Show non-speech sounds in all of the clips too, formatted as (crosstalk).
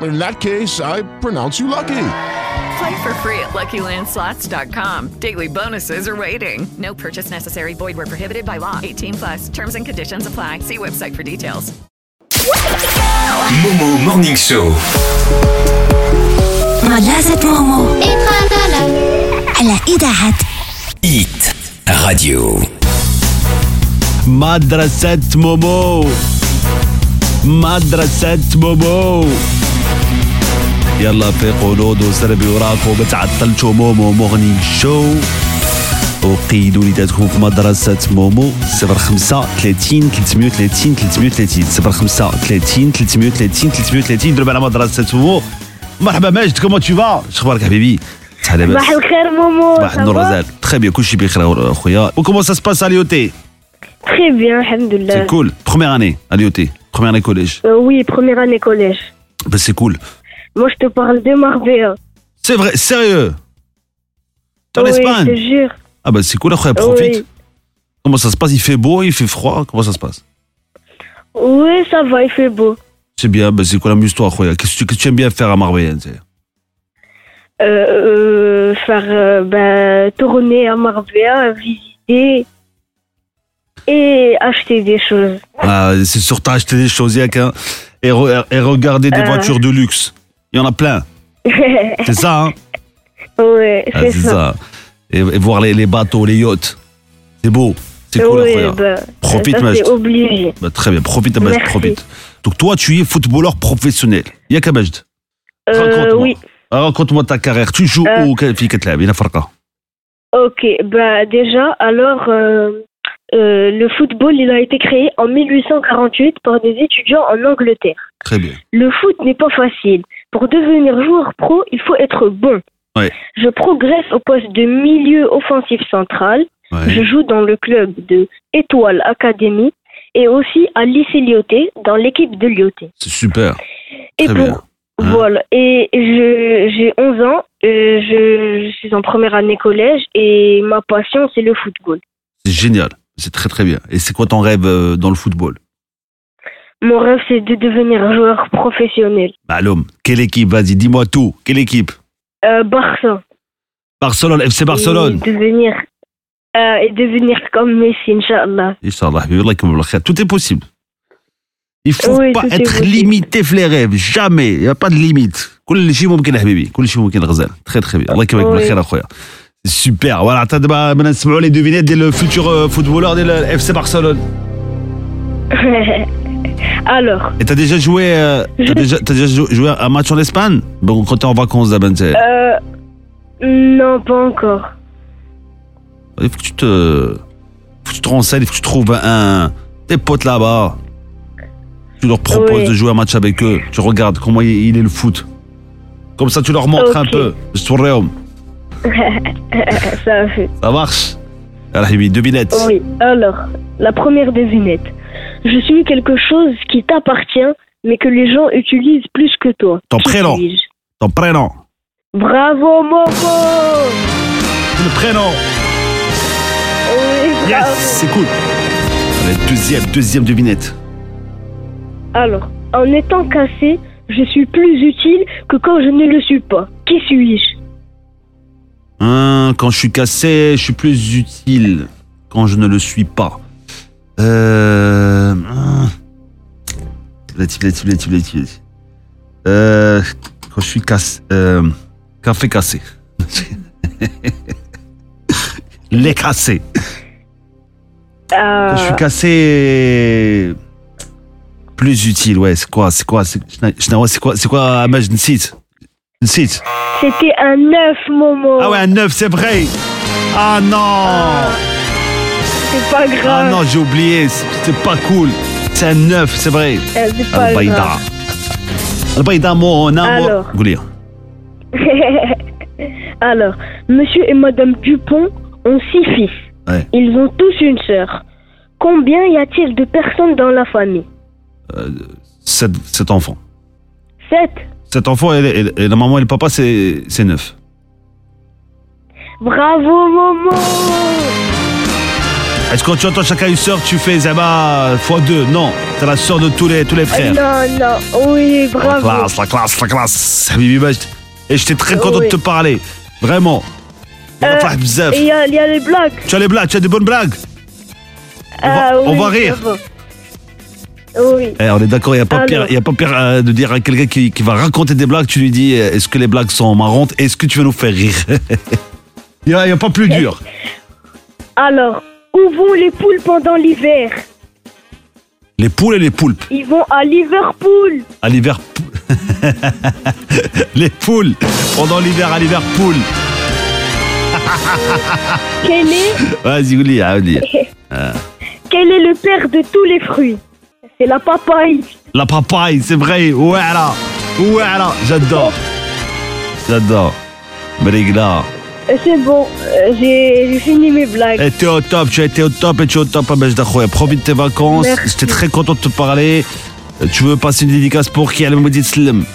In that case, I pronounce you lucky. Play for free at LuckyLandSlots.com. Daily bonuses are waiting. No purchase necessary. Void were prohibited by law. 18 plus. Terms and conditions apply. See website for details. Momo Morning Show. ملاذة مومو على إذاعة Hit Radio. مدرسة مومو مدرسة مومو يلا فيقوا نوضوا سربيوا راكم تعطلتوا مومو مغني شو وقيدوا وليداتكم في مدرسة مومو 05 30 330 330 05 30 330 330 ضرب على مدرسة مومو مرحبا ماجد كومون تو فا شخبارك حبيبي صحة لاباس صباح الخير مومو واحد النور غزال تخي بيان كلشي بخير اخويا وكومون سا سباس اليوتي Très bien, alhamdoulilah. C'est cool. Première année à l'IOT. Première année collège. Euh, oui, première année collège. Bah, c'est cool. Moi, je te parle de Marvel. C'est vrai, sérieux. T'es en oui, je te Espagne jure. Ah bah c'est cool, après profite. Oui. Comment ça se passe Il fait beau, il fait froid, comment ça se passe Oui, ça va, il fait beau. C'est bien, bah c'est cool, amuse-toi, Khoya. Qu'est-ce que tu- qu'est-ce que tu aimes bien faire à Marbella tu sais Euh, euh, faire euh, ben, tourner à Marvel, visiter et acheter des choses. (laughs) Ah, C'est sûr, t'as acheté des choses, Yak, hein, et, re- et regarder des Euh. voitures de luxe. Il y en a plein, ouais, c'est ça, hein (laughs) c'est Ah, ça. Et, et voir les, les bateaux, les yachts. C'est beau, c'est cool, hein. oui, Khoya. ben, Profite, ça, Majd. c'est obligé. Bah, très bien, profite, Amajd, Merci. profite. Donc toi, tu es footballeur professionnel. Yak Amajd, Euh, Raconte-moi. oui, ah, raconte-moi ta carrière. Tu joues Euh. où quelle fille que tu Il a farqa. ok. Ben, déjà, alors, euh, euh, le football, il a été créé en 1848 par des étudiants en Angleterre. Très bien. Le foot n'est pas facile. Pour devenir joueur pro, il faut être bon. Ouais. Je progresse au poste de milieu offensif central. Ouais. Je joue dans le club de Étoile Academy et aussi à lycée Lyoté, dans l'équipe de Lyoté. C'est super. Et Très bien. Hein. voilà. Et je j'ai 11 ans. euh, je, je suis en première année collège et ma passion c'est le football. C'est génial. C'est très très bien. Et c'est quoi ton rêve euh, dans le football Mon rêve c'est de devenir joueur professionnel. Malum, Bah, quelle équipe Vas-y, dis-moi tout. Quelle équipe Euh, Barça. Barcelone, FC Barcelone. Et devenir, euh, et devenir comme Messi, Inch'Allah. (laughs) Inch'Allah, Habibi, Allah yakum al khair. tout est possible. Il faut Oui, pas tout est être possible. limité dans les rêves, jamais, il n'y a pas de limite. كل شيء ممكن يا حبيبي كل شيء ممكن غزال très très bien الله يكرمك Oui. بالخير اخويا سوبر فوالا عطا دابا بدنا نسمعوا لي دوفينيت ديال الفوتور فوتبولور ديال اف سي برشلونه Alors, Et t'as déjà joué, euh, (laughs) t'as déjà, t'as déjà jou- joué un match en Espagne Bon, quand t'es en vacances, Zaben, t'es- euh, non, pas encore. (laughs) il faut que tu te, faut que tu te renseignes, il faut que tu trouves un, tes potes là-bas. Tu leur proposes Oui. de jouer un match avec eux. Tu regardes comment il, il est le foot. Comme ça, tu leur montres un Ok. peu. Je te regarde. Ça a fait. Ça marche. Alhimi, deux billettes. Oui, alors, la première devinette. Je suis quelque chose qui t'appartient, mais que les gens utilisent plus que toi. Ton Qui prénom. suis-je Ton prénom. Bravo, Momo Le prénom. Oui, Yes, bravo. c'est cool. Allez, deuxième, deuxième devinette. Alors, en étant cassé, je suis plus utile que quand je ne le suis pas. Qui suis-je Hein, quand je suis cassé, je suis plus utile. Quand je ne le suis pas. Euh. hein. Blati, blati, blati, blati, blati. Euh, Quand je suis cassé. euh, Café cassé. (laughs) Les cassés. Euh, Quand je suis cassé. plus utile ouais c'est quoi c'est quoi c'est شنو هو- c'est quoi c'est quoi ah, mais je ne cite Je ne cite C'était un œuf, Momo. ah ouais un 9 c'est vrai ah non C'est pas ah grave. non j'ai oublié c'est c'est pas cool c'est un 9 c'est vrai Euh, c'est Ah pas البيضاء grave. البيضاء مو نامو Alors. قولي (laughs) Alors, monsieur et madame Dupont ont six fils. Ouais. Ils ont tous une sœur. Combien y a-t-il de personnes dans la famille cet, cet enfant Sept. cet enfant et, et- et la maman et le papa c'est c'est neuf Bravo, Momo est-ce que quand tu entends chacun une sœur tu fais Zaba fois deux non c'est la sœur de tous les tous les frères Ah, Non, non, oui, La bravo. Oh classe, la classe, la classe. Habibi Bach. Et j'étais très content de Oui. te Euh, parler. Vraiment. Bonsoir, bzaf. Et il y, a- il y a les blagues. Tu as les blagues, tu as des bonnes blagues. Ah, on oui, va rire. bravo. Oui. Eh, on est d'accord, il n'y a pas Alors. pire, il y a pas pire euh, de dire à quelqu'un qui, qui va raconter des blagues, tu lui dis euh, est-ce que les blagues sont marrantes Est-ce que tu vas nous faire rire (laughs) Il n'y a, il y a pas plus dur. Alors, où vont les poules pendant l'hiver Les poules et les poulpes. Ils vont à Liverpool. À l'hiver. (laughs) les poules. Pendant l'hiver, à l'hiver, poules. Quel est, Vas-y, oublie, ah, oublie. quel est le père de tous les fruits C'est la papaye. La papaye, c'est vrai. Voilà. Voilà. J'adore. J'adore. Brigla. Euh, C'est bon, euh, j'ai j'ai fini mes blagues. Et t'es au top. Tu as été au top et tu es au top à Bejdakhoya. Profite de tes vacances. Merci. J'étais très content de te parler. Euh, Tu veux passer une dédicace pour qui Elle me dit Slim.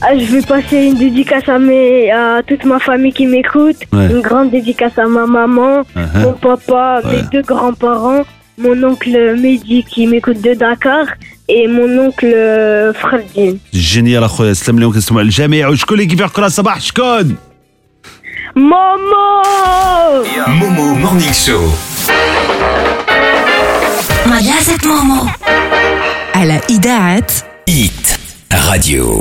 Ah, je vais passer une dédicace à, mes, à toute ma famille qui m'écoute. Ouais. Une grande dédicace à ma maman, Uh-huh. mon papa, Ouais. mes deux grands-parents, mon oncle Mehdi qui m'écoute de Dakar et mon oncle euh, Ferdin. Génial, Akhoya. Slim Léon, qu'est-ce que tu Jamais. Je connais qui fait que la sabah. Je connais. Maman Momo Morning Show. مدرسة مومو على إذاعة Hit Radio.